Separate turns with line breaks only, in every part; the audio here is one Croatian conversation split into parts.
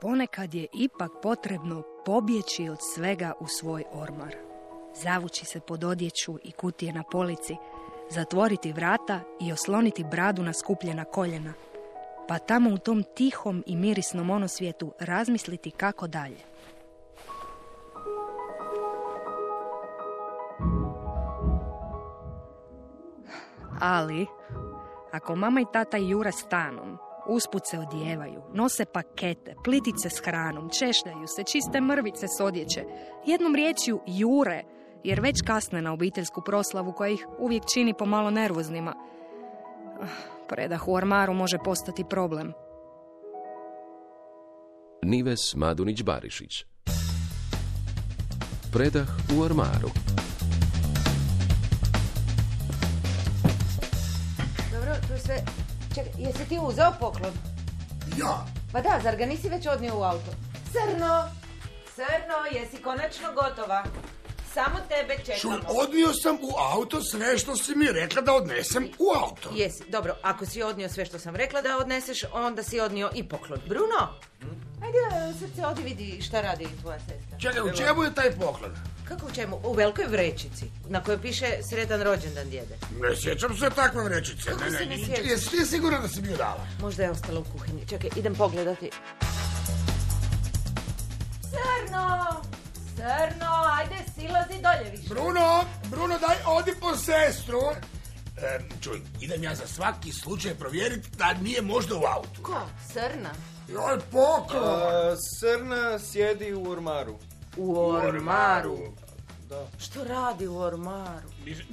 ponekad je ipak potrebno pobjeći od svega u svoj ormar. Zavući se pod odjeću i kutije na polici, zatvoriti vrata i osloniti bradu na skupljena koljena, pa tamo u tom tihom i mirisnom onosvijetu razmisliti kako dalje. Ali, ako mama i tata jure stanom, usput se odijevaju, nose pakete, plitice s hranom, češljaju se, čiste mrvice s odjeće, jednom riječju jure, jer već kasne na obiteljsku proslavu koja ih uvijek čini pomalo nervoznima. Ah, Predah u ormaru može postati problem.
Nives Madunić-Barišić Predah u ormaru
Dobro, tu je sve... Čekaj, jesi ti uzeo poklon?
Ja?
Pa da, zar ga nisi već odnio u auto? Srno! Srno, jesi konačno gotova? Samo tebe čekamo.
Čuj, odnio sam u auto sve što si mi rekla da odnesem u auto.
Jesi, dobro, ako si odnio sve što sam rekla da odneseš, onda si odnio i poklon. Bruno, ajde srce odi vidi šta radi tvoja sestra.
Čekaj, u čemu je taj poklon?
Kako u čemu? U velikoj vrećici, na kojoj piše sretan rođendan djede.
Ne sjećam se takve vrećice.
Kako se ne sjećaš?
Jesi ti sigurna da si mi ju dala?
Možda je ostala u kuhinji. Čekaj, idem pogledati. Srno! Srno, ajde, silazi dolje više.
Bruno, Bruno, daj, odi po sestru. E, čuj, idem ja za svaki slučaj provjeriti da nije možda u autu.
Ko? Srna?
Joj, poklon!
A, Srna sjedi u ormaru.
U ormaru. Što radi u ormaru?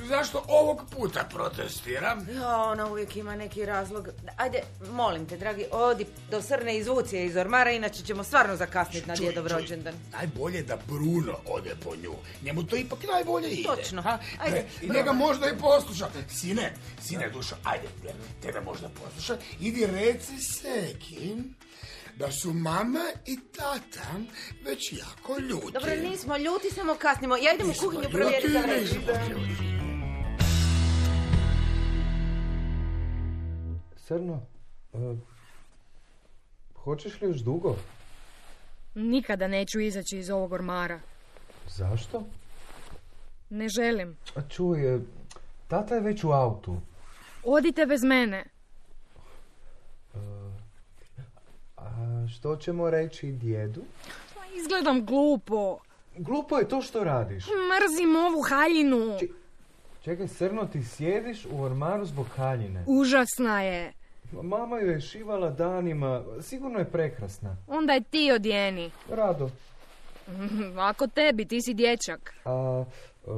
Zašto ovog puta protestiram?
Ja, ona uvijek ima neki razlog. Ajde, molim te, dragi, odi do srne izvuci je iz ormara, inače ćemo stvarno zakasniti na
Čuj,
djedov
čuj,
rođendan.
Najbolje da Bruno ode po nju. Njemu to ipak najbolje ide.
Točno.
Ha?
Ajde,
E, i njega možda i posluša. Sine, sine dušo, ajde, gle, tebe možda posluša. Idi reci Seki da su mama i tata već jako ljuti.
Dobro, nismo ljuti, samo kasnimo. Ja idem u
Nismo
kuhinju
ljuti,
provjeriti za vreću.
nismo ljuti.
Srno, e, hoćeš li još dugo?
Nikada neću izaći iz ovog ormara.
Zašto?
Ne želim.
A čuj, e, tata je već u autu.
Odite bez mene.
A što ćemo reći djedu?
Pa, Izgledam glupo.
Glupo je to što radiš.
Mrzim ovu haljinu.
Či- Čekaj, Srno, ti sjediš u ormaru zbog haljine.
Užasna je.
Mama ju je šivala danima, sigurno je prekrasna.
Onda je ti odjeni.
Rado.
Mhm, Ako tebi, ti si dječak.
A, e,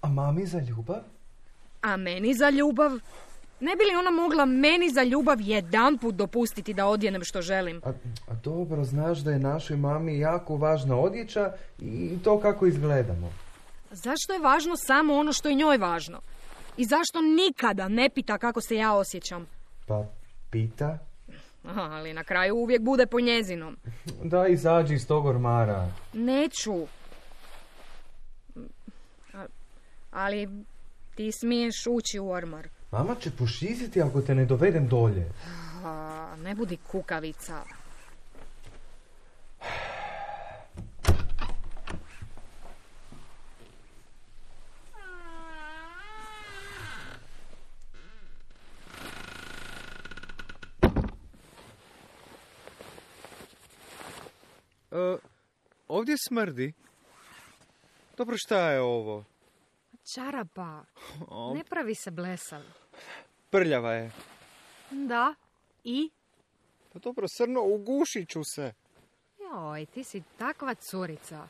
a mami za ljubav?
A meni za ljubav? Ne bi li ona mogla meni za ljubav jedan put dopustiti da odjenem što želim?
A, a dobro, znaš da je našoj mami jako važna odjeća i to kako izgledamo.
Zašto je važno samo ono što je njoj važno? I zašto nikada ne pita kako se ja osjećam?
Pa pita?
Aha, Ali na kraju uvijek bude po njezinom.
Da, izađi iz tog ormara.
Neću. A- Ali ti smiješ ući u ormar.
Mama će pošiziti ako te ne dovedem dolje.
A, ne budi kukavica.
ovdje smrdi. Dobro, šta je ovo?
Čarapa, ne pravi se blesav.
Prljava je.
Da, i?
Pa dobro, srno, ugušit ću se.
Joj, ti si takva curica.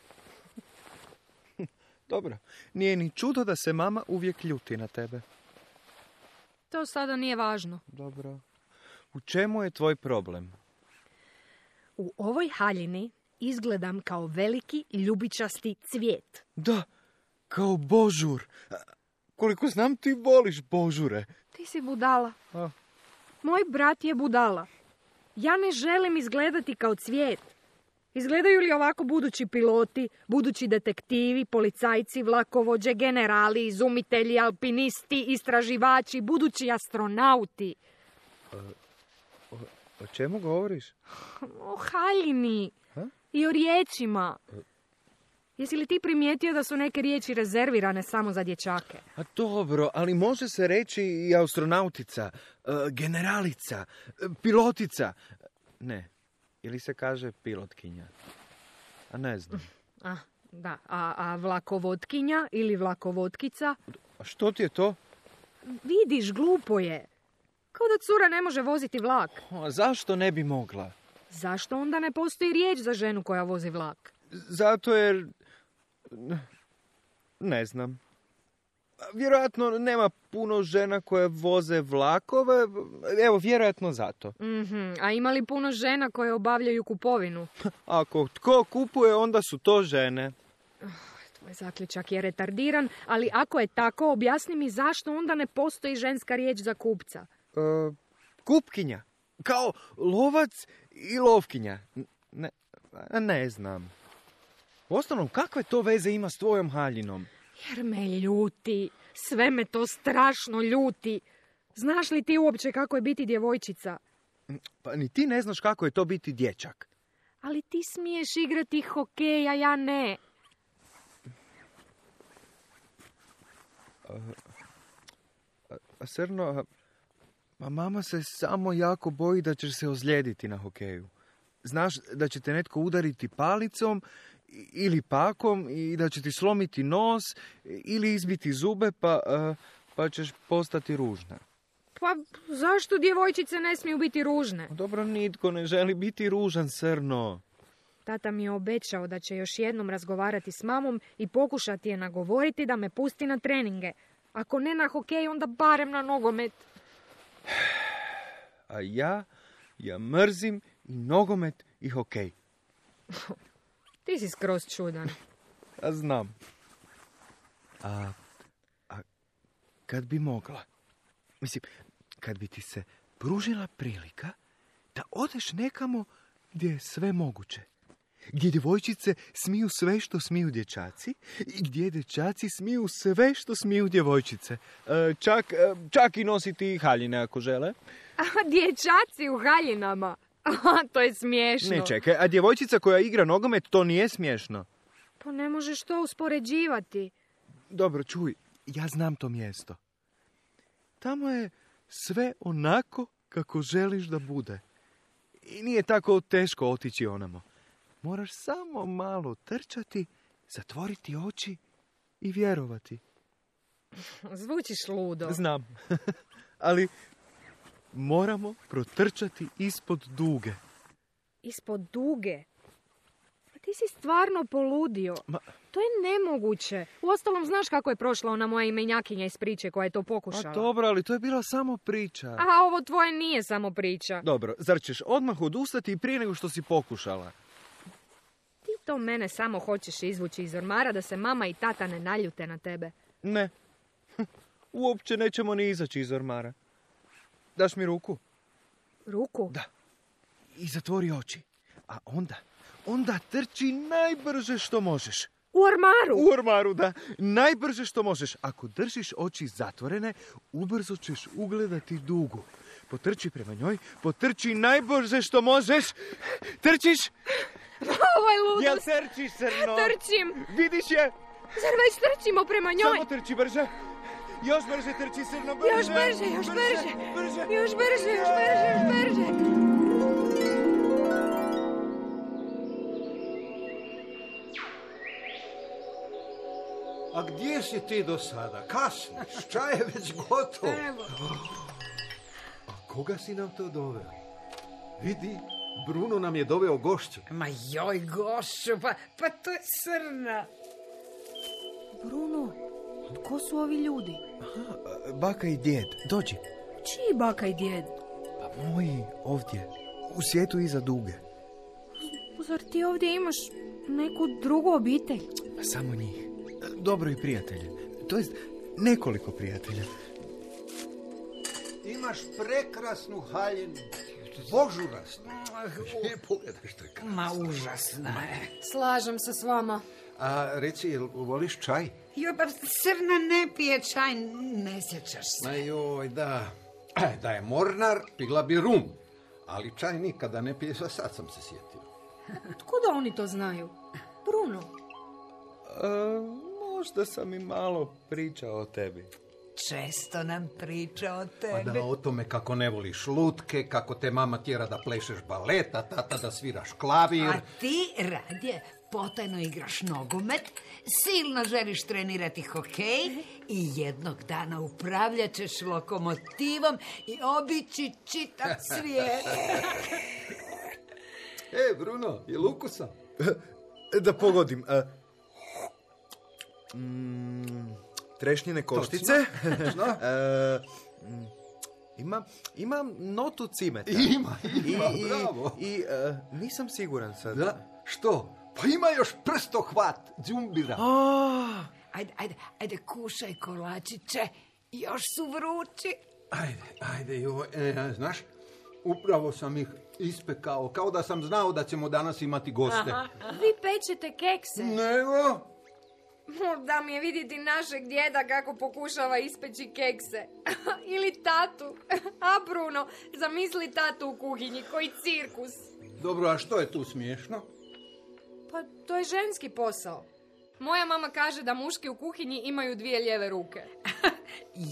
Dobro, nije ni čudo da se mama uvijek ljuti na tebe.
To sada nije važno.
Dobro. U čemu je tvoj problem?
U ovoj haljini izgledam kao veliki ljubičasti cvijet.
Da, kao Božur. A, Koliko znam ti voliš Božure.
Ti si budala.
A.
Moj brat je budala. Ja ne želim izgledati kao cvijet. Izgledaju li ovako budući piloti, budući detektivi, policajci, vlakovođe, generali, izumitelji, alpinisti, istraživači, budući astronauti?
O čemu govoriš?
O haljini.
Ha?
I o riječima. Jesi li ti primijetio da su neke riječi rezervirane samo za dječake?
A dobro, ali može se reći i astronautica, e, generalica, e, pilotica. Ne, ili se kaže pilotkinja. A ne znam.
A, da, a, a vlakovodkinja ili vlakovodkica?
A što ti je to?
Vidiš, glupo je. Kao da cura ne može voziti vlak.
O, a Pa, zašto ne bi mogla?
Zašto onda ne postoji riječ za ženu koja vozi vlak?
Zato jer... Ne znam. Vjerojatno nema puno žena koje voze vlakove. Evo, vjerojatno zato.
Mhm, a ima li puno žena koje obavljaju kupovinu?
Ako tko kupuje, onda su to žene. E,
Tvoj zaključak je retardiran, ali ako je tako, objasni mi zašto onda ne postoji ženska riječ za kupca.
E, kupkinja. Kao lovac i lovkinja. N- Ne, a ne znam. Uostalom, kakve to veze ima s tvojom haljinom?
Jer me ljuti. Sve me to strašno ljuti. Znaš li ti uopće kako je biti djevojčica?
Pa ni ti ne znaš kako je to biti dječak.
Ali ti smiješ igrati hokeja, ja ne.
A srno, a- ma Pa mama se samo jako boji da ćeš se ozlijediti na hokeju. Znaš da će te netko udariti palicom i- ili pakom i da će ti slomiti nos i- ili izbiti zube pa, e, pa ćeš postati ružna.
Pa zašto djevojčice ne smiju biti ružne?
Dobro, nitko ne želi biti ružan, Srno.
Tata mi je obećao da će još jednom razgovarati s mamom i pokušati je nagovoriti da me pusti na treninge. Ako ne na hokej, onda barem na nogomet.
A ja, ja mrzim i nogomet i hokej.
Ti si skroz čudan.
Ja znam. A, a kad bi mogla? Mislim, kad bi ti se pružila prilika da odeš nekamo gdje je sve moguće. Gdje djevojčice smiju sve što smiju dječaci i gdje dječaci smiju sve što smiju djevojčice. E, čak, e, čak i nositi haljine ako žele.
A dječaci u haljinama. Aha, to je smiješno.
Ne čekaj, a djevojčica koja igra nogomet to nije smiješno.
Pa ne možeš to uspoređivati.
Dobro, čuj, ja znam to mjesto. Tamo je sve onako kako želiš da bude. I nije tako teško otići onamo. Moraš samo malo trčati, zatvoriti oči i vjerovati.
Zvučiš ludo.
Znam. Ali moramo protrčati ispod duge. Pa
Ispod duge. Pa ti si stvarno poludio.
Ma-
To je nemoguće. Uostalom, znaš kako je prošla ona moja imenjakinja iz priče koja je to pokušala.
A dobro, ali Pa to je bila samo priča.
A ovo tvoje nije samo priča.
Dobro, zar ćeš odmah odustati i prije nego što si pokušala?
Ti to mene samo hoćeš izvući iz ormara da se mama i tata ne naljute na tebe.
Ne. Uopće nećemo ni izaći iz ormara. Daš mi ruku?
Ruku?
Da. I zatvori oči. A onda, onda trči najbrže što možeš.
U ormaru!
U ormaru, da. Najbrže što možeš. Ako držiš oči zatvorene, ubrzo ćeš ugledati dugu. Potrči prema njoj, potrči najbrže što možeš. Trčiš?
Pa Ovo je ludo!
Jel trčiš, crno?
Trčim!
Vidiš je?
Zar već trčimo prema njoj?
Samo trči brže. Još brže trči, crno, brže.
Još brže, još brže.
brže.
Još brže, još brže, još brže!
A gdje si ti do sada? Kasniš, čaj je već gotov. A koga si nam to doveo? Vidi, Bruno nam je doveo gošću.
Ma joj, Gošo, pa, pa to je srna.
Bruno, tko su ovi ljudi?
Baka i djed, dođi.
Čiji baka i djed?
Pa moji, ovdje, u svijetu iza duge.
Zar ti ovdje imaš neku drugu obitelj?
Pa samo njih. Dobro i prijatelje. To jest, nekoliko prijatelja.
Imaš prekrasnu haljinu, božurasnu. E, pogledaj što je krasno.
Ma užasna je.
Slažem se s vama.
A reci, jel voliš čaj?
Jo, pa srna ne pije čaj, ne sjećaš se.
Ma joj, da. Da je mornar, pila bi rum. ali čaj nikada ne pije, za sad sam se sjetio.
Tko da oni to znaju? Bruno,
možda sam i malo pričao o tebi.
Često nam priča o
Pa
tebi.
da o tome kako ne voliš lutke, kako te mama tjera da plešeš baleta, tata da sviraš klavir.
A ti, Radje, potajno igraš nogomet, silno želiš trenirati hokej i jednog dana upravljat ćeš lokomotivom i obići čitav svijet.
E, Bruno, je lukusan?
Da pogodim. e, mm, trešnjine koštice. E, mm, ima, ima notu cimeta.
Ima, ima,
I, i-
bravo.
i, e, nisam siguran sad.
Da, što? Pa ima još prstohvat, džumbira.
A,
Ajde, ajde, ajde, kušaj kolačiće, još su vrući.
Ajde, ajde, joj, e, a, znaš, upravo sam ih ispekao, kao da sam znao da ćemo danas imati goste.
Vi pečete kekse.
Nego,
Da mi je vidjeti našeg djeda kako pokušava ispeći kekse. Ili tatu. A Bruno, zamisli tatu u kuhinji, koji cirkus.
dobro, a što je tu smiješno?
Pa to je ženski posao. Moja mama kaže da muški u kuhinji imaju dvije lijeve ruke.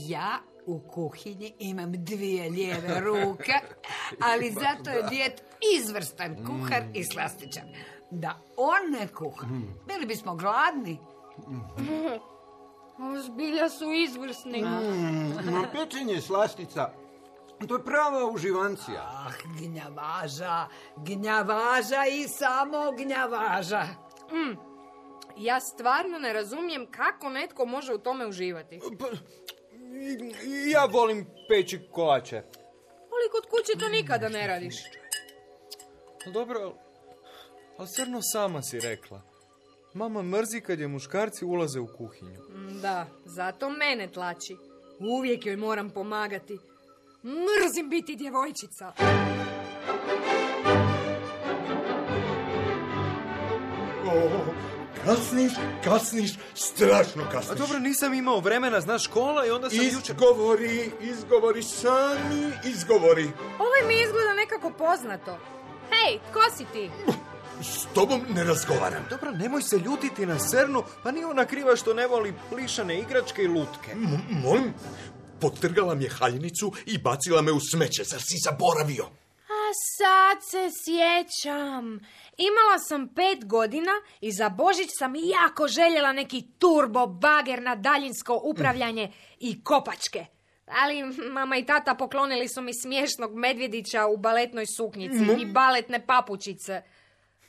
Ja u kuhinji imam dvije lijeve ruke, ali zato je djed izvrstan kuhar i slastičar. Da on ne kuha,
Hmm.
bili bismo gladni.
Zbilja su izvrsni.
Mm, ma pečenje slastica, to je prava uživancija.
Ah, gnjavaža, gnjavaža i samo gnjavaža.
Ja stvarno ne razumijem kako netko može u tome uživati.
pa, i- ja volim peći kolače.
Ali kod kuće to nikada ne radiš.
Dobro, al- ali crno sama si rekla. Mama mrzi kad je muškarci ulaze u kuhinju.
Da, zato mene tlači. Uvijek joj moram pomagati. Mrzim biti djevojčica.
Kasniš, kasniš, strašno
A
kasniš.
dobro, nisam imao vremena, znaš, škola i onda sam jučer...
Izgovori, izgovori, sami izgovori.
Ovo mi izgleda nekako poznato. Hej, tko si ti?
S tobom ne razgovaram.
Dobro, nemoj se ljutiti na Srnu, pa nije ona kriva što ne voli plišane igračke i lutke.
M- molim? Potrgala mi je haljinicu i bacila me u smeće. Zar si zaboravio?
A sad se sjećam. Imala sam pet godina i za Božić sam jako željela neki turbo bager na daljinsko upravljanje i kopačke. Ali mama i tata poklonili su mi smiješnog medvjedića u baletnoj suknjici i baletne papučice.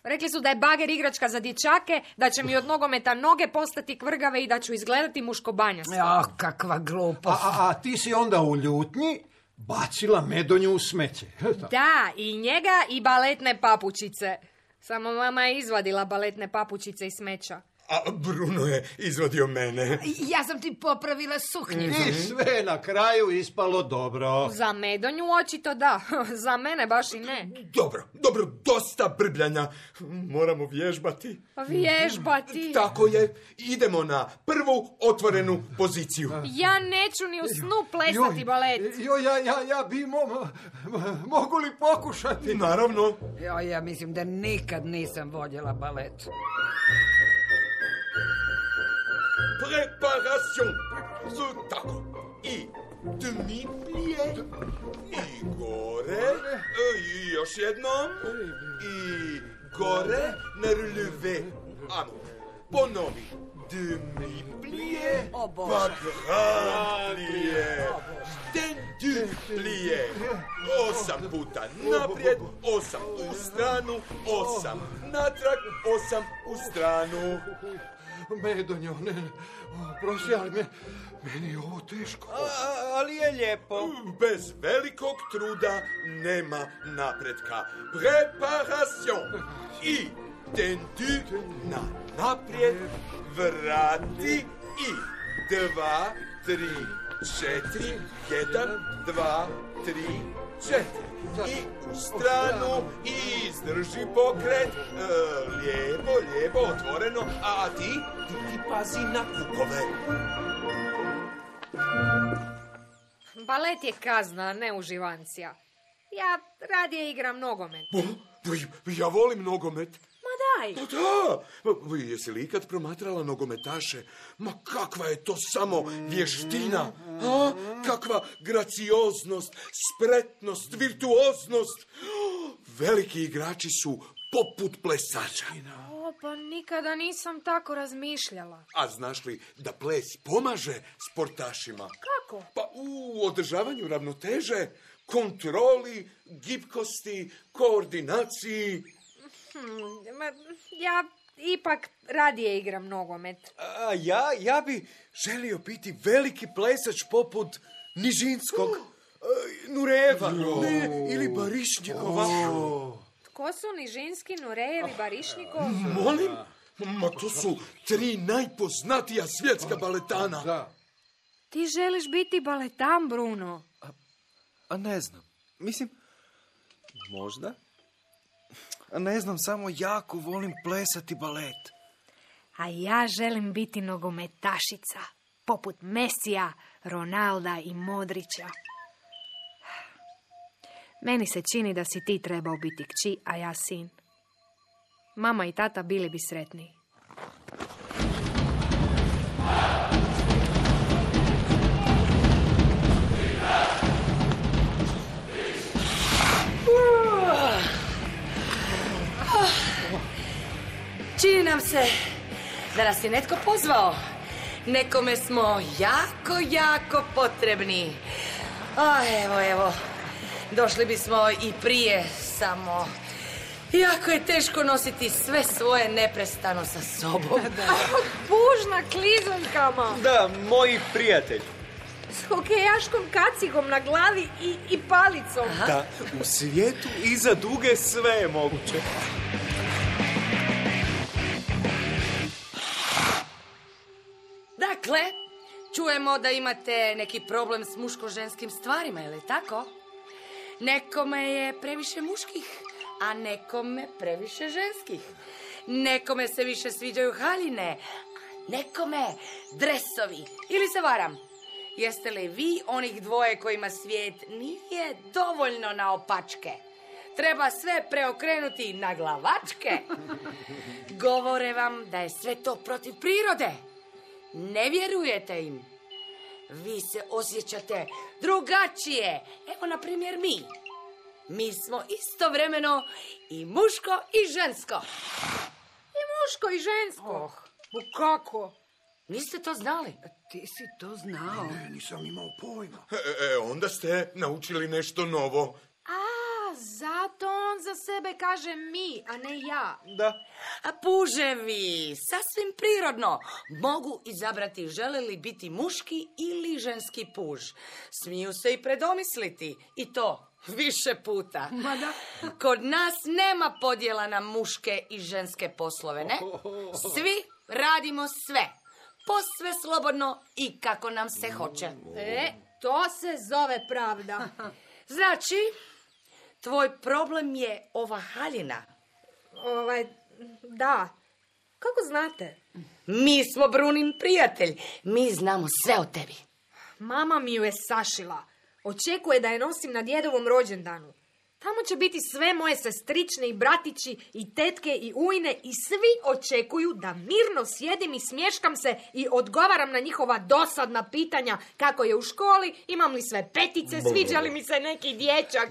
Rekli su da je bager igračka za dječake, da će mi od nogometa noge postati kvrgave i da ću izgledati muškobanjasta.
Ah, kakva glupost.
A, a, a ti si onda u ljutnji bacila medonju u smeće.
Da, i njega i baletne papučice. Samo mama je izvadila baletne papučice iz smeća.
A Bruno je izvadio mene.
Ja sam ti popravila suknju.
I sve je na kraju ispalo dobro.
Za Medonju očito da, za mene baš i ne.
Dobro, dobro, dosta brbljanja. Moramo vježbati.
Pa Vježbati.
Tako je, idemo na prvu otvorenu poziciju.
Ja neću ni u snu plesati balet.
Joj, ja, ja, ja bi mo- mogu li pokušati?
Naravno,
Ja, ja mislim da nikad nisam voljela balet.
Préparation. Z- Tako. I dmi plije. I gore. E, I još jednom. I gore. Na relevé. Amo. Ponovi. Dmi plije.
O Bože.
Pa grand plije. Tendu plije. Osam puta naprijed. Osam u stranu. Osam natrag. Osam u stranu.
Medonjo, ne, ne, prosi, ali me, meni je ovo teško.
ali je lijepo.
Mm, Bez velikog truda nema napretka. Preparation i tendu na naprijed, vrati i dva, tri, četiri, jedan, dva, tri, četiri. I u stranu i izdrži pokret. E, lijevo, lijevo, otvoreno. A ti, ti, ti pazi na kukove.
Balet je kazna, a ne uživancija.
Ja radije igram nogomet.
Bo, bo, ja volim nogomet.
Ma daj!
Pa da, Ma, jesi li ikad promatrala nogometaše? Ma kakva je to samo vještina, a? Kakva gracioznost, spretnost, virtuoznost. Veliki igrači su poput plesača.
O, pa nikada nisam tako razmišljala.
A znaš li da ples pomaže sportašima?
Kako?
Pa u održavanju ravnoteže, kontroli, gibkosti, koordinaciji.
Hmm, ma, ja ipak radije igram nogomet.
A ja, ja bi želio biti veliki plesač poput Nižinskog, e, Nureva ne, ili Barišnjikova.
Tko su Nižinski, Nurejevi, Barišnikov?
Molim? Ma to su tri najpoznatija svjetska baletana.
Ti želiš biti baletan, Bruno.
A ne znam. Mislim, možda? A ne znam, samo jako volim plesati balet.
A ja želim biti nogometašica, poput Mesija, Ronalda i Modrića. Meni se čini da si ti trebao biti kći, a ja sin. Mama i tata bili bi sretni.
Čini nam se da nas je netko pozvao. Nekome smo jako, jako potrebni. A evo, evo, došli bismo i prije, samo jako je teško nositi sve svoje neprestano sa sobom.
Pužna klizankama!
Da, moji prijatelj.
S hokejaškom kacigom na glavi i, i palicom.
Da, u svijetu iza duge sve je moguće.
Dakle, čujemo da imate neki problem s muško-ženskim stvarima, je li tako? Nekome je previše muških, a nekome previše ženskih. Nekome se više sviđaju haljine, a nekome dresovi. Ili se varam? Jeste li vi onih dvoje kojima svijet nije dovoljno naopačke? Treba sve preokrenuti na glavačke. Govore vam da je sve to protiv prirode. Ne vjerujete im. Vi se osjećate drugačije. Evo, na primjer, mi. Mi smo istovremeno i muško i žensko. Oh.
I muško i žensko. Bu kako?
Niste to znali?
Ti si to znao.
Ne, nisam imao pojma.
E, e, onda ste naučili nešto novo.
A, zato on za sebe kaže mi, a ne ja.
Da,
A puževi, sasvim prirodno, mogu izabrati žele li biti muški ili ženski puž. Smiju se i predomisliti, i to više puta. Kod nas nema podjela na muške i ženske poslove, ne? Svi radimo sve, posve slobodno i kako nam se hoće.
E, to se zove pravda.
Znači, tvoj problem je ova haljina.
Ovaj, da. Kako znate?
Mi smo Brunin prijatelj, mi znamo sve o tebi.
Mama mi ju je sašila. Očekuje da je nosim na djedovom rođendanu. Tamo će biti sve moje sestrične i bratići i tetke i ujne i svi očekuju da mirno sjedim i smješkam se i odgovaram na njihova dosadna pitanja kako je u školi, imam li sve petice, sviđa li mi se neki dječak.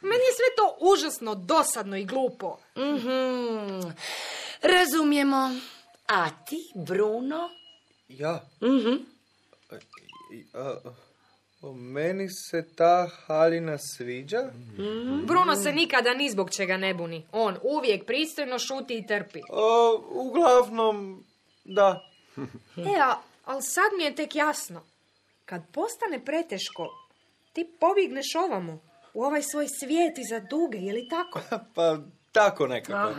Meni je sve to užasno dosadno i glupo.
Mhm. Razumijemo. A ti, Bruno?
Ja?
Mhm.
I- a- o, meni se ta haljina sviđa.
Bruno se nikada ni zbog čega ne buni. On uvijek pristojno šuti i trpi.
O, uglavnom, da.
Mm.
E, a, ali sad mi je tek jasno. Kad postane preteško, ti pobjegneš ovamo, u ovaj svoj svijet iza duge, je li tako?
Pa tako nekako.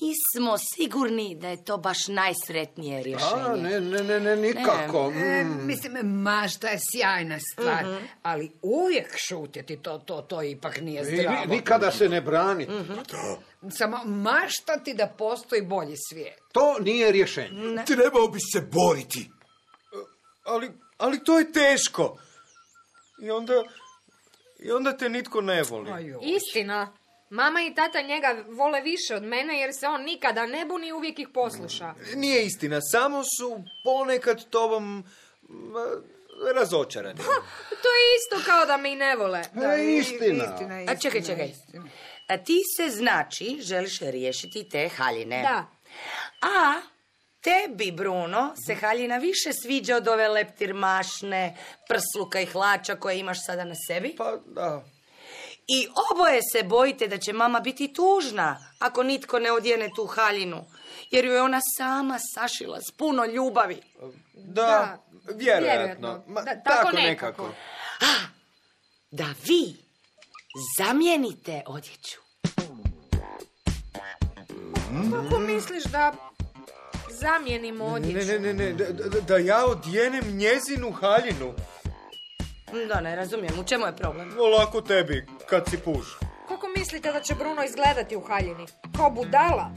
Nismo sigurni da je to baš najsretnije rješenje.
A, ne, ne, ne, ne, nikako. Mm.
E, mislim, mašta je sjajna stvar, ali uvijek šutjeti, to, to, to ipak nije
I ni-
zdravo.
nikada se ne brani.
Samo maštati da postoji bolji svijet.
To nije rješenje.
Trebao bi se boriti.
Ali, ali to je teško. I onda
I onda te nitko ne voli.
Istina. Mama i tata njega vole više od mene jer se on nikada ne buni uvijek ih posluša.
Nije istina, samo su ponekad tobom m, razočarani.
To je isto kao da me i ne vole.
Da, i- istina.
A čekaj, čekaj. A ti se znači želiš riješiti te haljine.
Da.
A tebi, Bruno, se haljina više sviđa od ove leptirmašne prsluka i hlača koje imaš sada na sebi?
Pa da.
I oboje se bojite da će mama biti tužna ako nitko ne odjene tu haljinu. Jer ju je ona sama sašila s puno ljubavi.
Da, vjerojatno.
vjerojatno.
Ma,
Da, tako
tako,
nekako.
nekako.
Da vi zamijenite odjeću.
Kako
Mhm.
misliš da zamijenim odjeću?
Ne, ne, ne, ne, da, da- da ja odjenem njezinu haljinu.
Da, ne razumijem, u čemu je problem?
Lako tebi, kad si puš.
Kako mislite da će Bruno izgledati u haljini? Kao budala.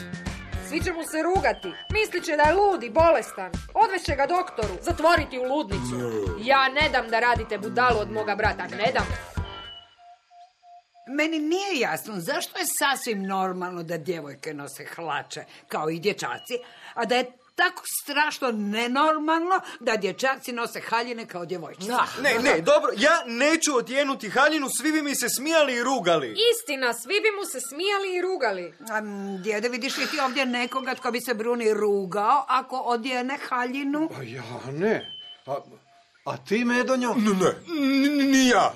Svi će mu se rugati. Mislit će da je lud i bolestan. Odvest će ga doktoru. Zatvoriti u ludnicu. Ja ne dam da radite budalu od moga brata. Ne dam.
Meni nije jasno zašto je sasvim normalno da djevojke nose hlače kao i dječaci, a da je tako strašno nenormalno da dječaci nose haljine kao djevojčice.
Ne, ne, dobro, ja neću odjenuti haljinu, svi bi mi se smijali i rugali.
Istina, svi bi mu se smijali i rugali.
Am, Djede, vidiš li ti ovdje nekoga tko bi se Bruni rugao ako odjene haljinu?
Pa ja ne. A, a ti, Medonjo?
Ne, ne, n- ni ja.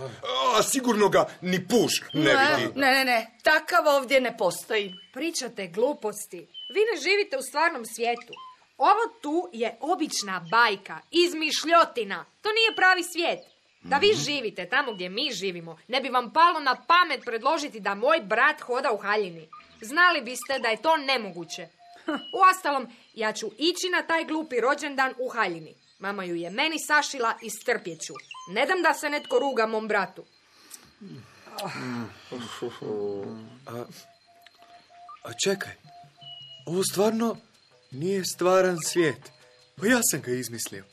A sigurno ga ni puš ne vidi.
Ne, ne, ne, takav ovdje ne postoji.
Pričate gluposti. Vi ne živite u stvarnom svijetu. Ovo tu je obična bajka, izmišljotina. To nije pravi svijet. Da vi živite tamo gdje mi živimo, ne bi vam palo na pamet predložiti da moj brat hoda u haljini. Znali biste da je to nemoguće. Uostalom, ja ću ići na taj glupi rođendan u haljini. Mama ju je meni sašila i strpjet ću. Ne dam da se netko ruga mom bratu.
A, a čekaj, ovo stvarno nije stvaran svijet. Pa ja sam ga izmislio.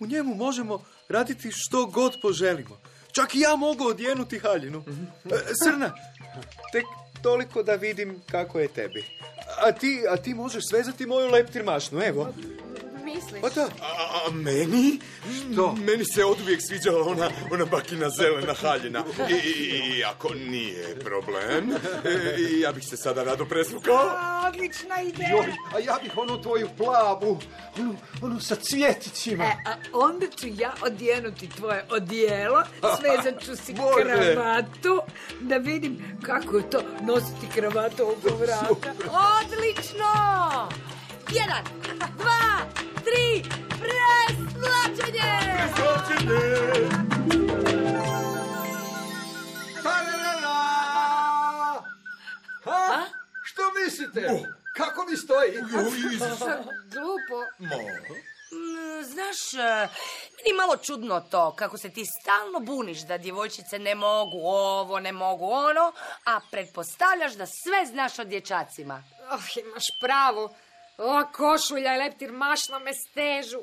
U njemu možemo raditi što god poželimo. Čak i ja mogu odjenuti haljinu. E, Srna, tek toliko da vidim kako je tebi. A ti, a ti možeš svezati moju leptirmašnu, evo.
Misliš?
Pa da.
A, a meni? Što? Meni se od uvijek sviđala ona, ona bakina zelena haljina. I, i- i ako nije problem, e, i ja bih se sada rado preslukao.
A, Odlična ideja!
Joj, a ja bih onu tvoju plavu, onu, onu sa cvjetićima.
E, a onda ću ja odjenuti tvoje odijelo, svezat ću si
Može.
kravatu, da vidim kako je to nositi kravatu oko vrata.
Odlično! Jedan, dva, tri, preslačenje!
Tararara! Ha? Što mislite?
Uh.
Kako mi stoji?
Glupo.
Mm, Znaš, e, meni je malo čudno to kako se ti stalno buniš da djevojčice ne mogu ovo, ne mogu ono, a pretpostavljaš da sve znaš o dječacima.
Oh, imaš pravo. Ova košulja i leptir mašna me stežu.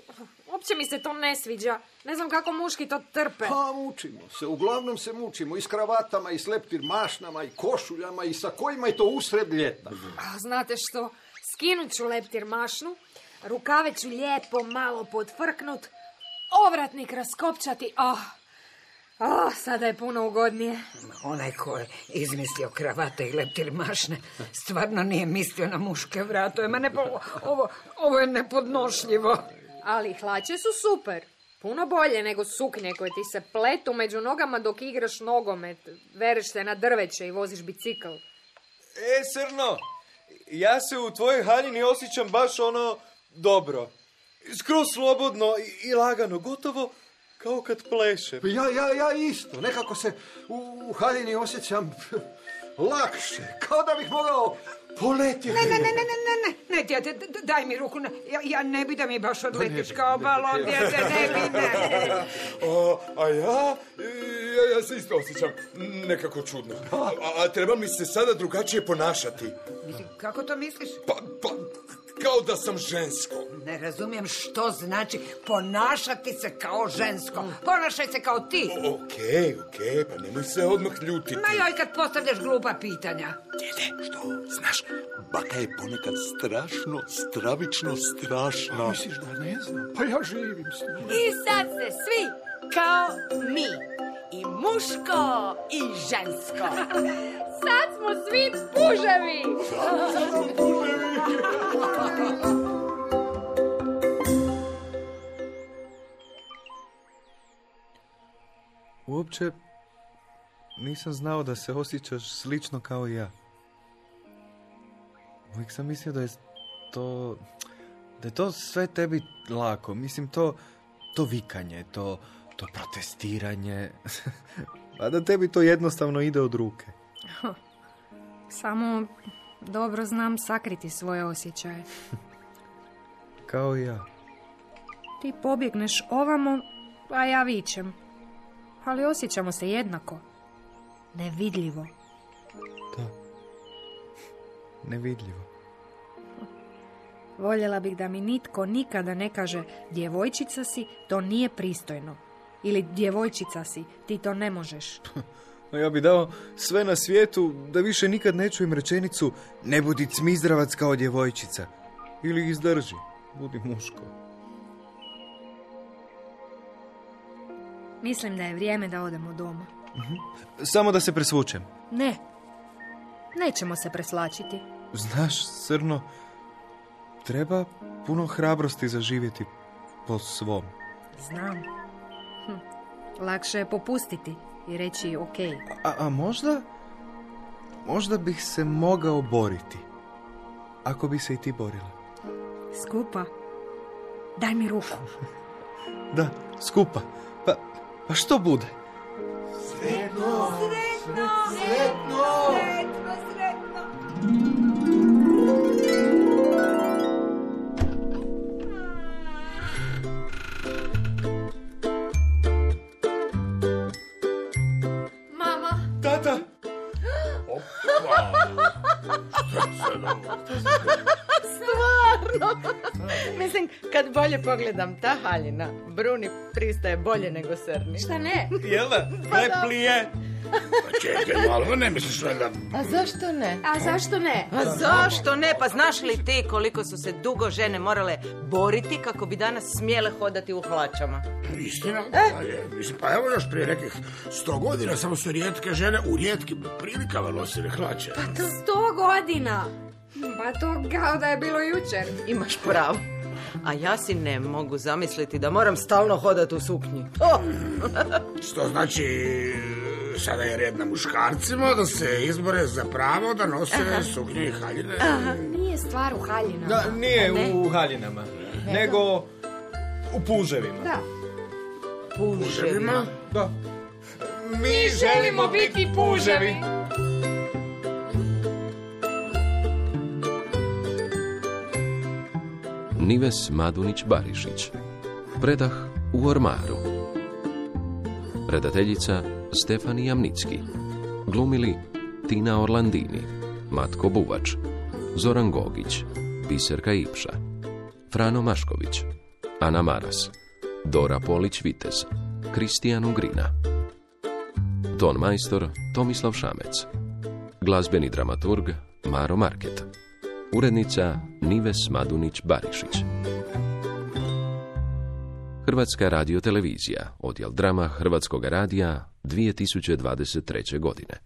Uopće mi se to ne sviđa. Ne znam kako muški to trpe.
Pa mučimo se, uglavnom se mučimo i s kravatama i s leptir mašnama i košuljama i sa kojima je to usred ljeta.
A, znate što, skinut ću leptir mašnu, rukave ću lijepo malo podfrknut, ovratnik raskopčati. Oh, oh, sada je puno ugodnije.
Onaj ko je izmislio kravate i leptirmašne, stvarno nije mislio na muške vratove. Ma ne, po- ovo, ovo je nepodnošljivo.
Ali hlače su super. Puno bolje nego suknje koje ti se pletu među nogama dok igraš nogomet, vereš se na drveće i voziš bicikl.
E, Srno, ja se u tvojoj haljini osjećam baš ono dobro. Skroz slobodno i, i lagano, gotovo kao kad plešem.
Pa Ja, ja, ja isto, nekako se u, u haljini osjećam lakše, kao da bih mogao poletjeti.
Ne, ne, ne, ne, ne, ne, ne, ne, djede, d- d- daj mi ruku, ne. ja, ja Pa ne bi da mi baš odletiš kao balon, djede, ne bi, ne.
A, a ja, ja, ja se isto osjećam nekako čudno. A, a treba mi se sada drugačije ponašati.
Kako to misliš?
Pa, pa, kao da sam žensko.
Ne razumijem što znači ponašati se kao žensko. Ponašaj se kao ti.
Okej, okej, pa nemoj se odmah ljutiti.
Ma joj kad postavljaš glupa pitanja.
Dede, što? Znaš, baka je ponekad strašno, stravično strašna. Misliš da ne znam? Pa ja živim s njom.
I sad ste svi kao mi. I muško i žensko.
Sad smo svi puževi!
Uopće nisam znao da se osjećaš slično kao i ja. Uvijek sam mislio da je to... Da je to sve tebi lako. Mislim, to, to vikanje, to, to protestiranje. A da tebi to jednostavno ide od ruke.
Samo dobro znam sakriti svoje osjećaje.
Kao i ja.
Ti pobjegneš ovamo, a ja vičem. Ali osjećamo se jednako. Nevidljivo.
Nevidljivo.
Voljela bih da mi nitko nikada ne kaže djevojčica si, to nije pristojno. Ili djevojčica si, ti to ne možeš.
A Ja bi dao sve na svijetu da više nikad ne čujem rečenicu ne budi cmizdravac kao djevojčica. Ili izdrži, budi muško.
Mislim da je vrijeme da odemo doma.
Samo da se presvučem.
Ne. Nećemo se preslačiti.
Znaš, Srno, treba puno hrabrosti zaživjeti po svom.
Znam. Hm. Lakše je popustiti i reći ok.
A, a možda, možda bih se mogao boriti. Ako bi se i ti borila.
Skupa. Daj mi ruku.
Da, skupa. Pa, pa što bude?
Sretno! Sretno! Sretno! Sretno, sretno!
Mama.
Tata!
Stvarno! Mislim, kad bolje pogledam ta haljina, Bruni pristaje bolje nego Srni. Šta ne?
Jel da?
pa
Ne plije.
Čekaj, malo ne misliš valjda
A zašto ne?
A zašto ne?
A zašto ne? Pa znaš li ti koliko su se dugo žene morale boriti kako bi danas smjele hodati u hlačama?
Istina, da je. Mislim, pa evo još prije nekih sto godina samo su rijetke žene u rijetkim prilikama nosile hlače.
Pa-
Sto godina! Pa to kao da je bilo jučer.
Imaš pravo. A ja si ne mogu zamisliti da moram stalno hodati u suknji. Oh!
Što znači, sada je red na muškarcima da se izbore za pravo da nose suknje i haljine.
Nije stvar u haljinama.
Da,
A
nije
ne?
u haljinama, nego u puževima.
Da.
Puževima? Da.
Mi želimo biti puževi.
Nives Madunić Barišić. Predah u ormaru. Redateljica Stefani Jamnicki. Glumili Tina Orlandini, Matko Buvač, Zoran Gogić, Biserka Ipša, Frano Mašković, Ana Maras, Dora Polić-Vitez, Kristijan Ugrina. Ton majstor Tomislav Šamec. Glazbeni dramaturg Maro Market. Urednica Nives Madunić Barišić. Hrvatska radiotelevizija, odjel drama Hrvatskog radija 2023. godine.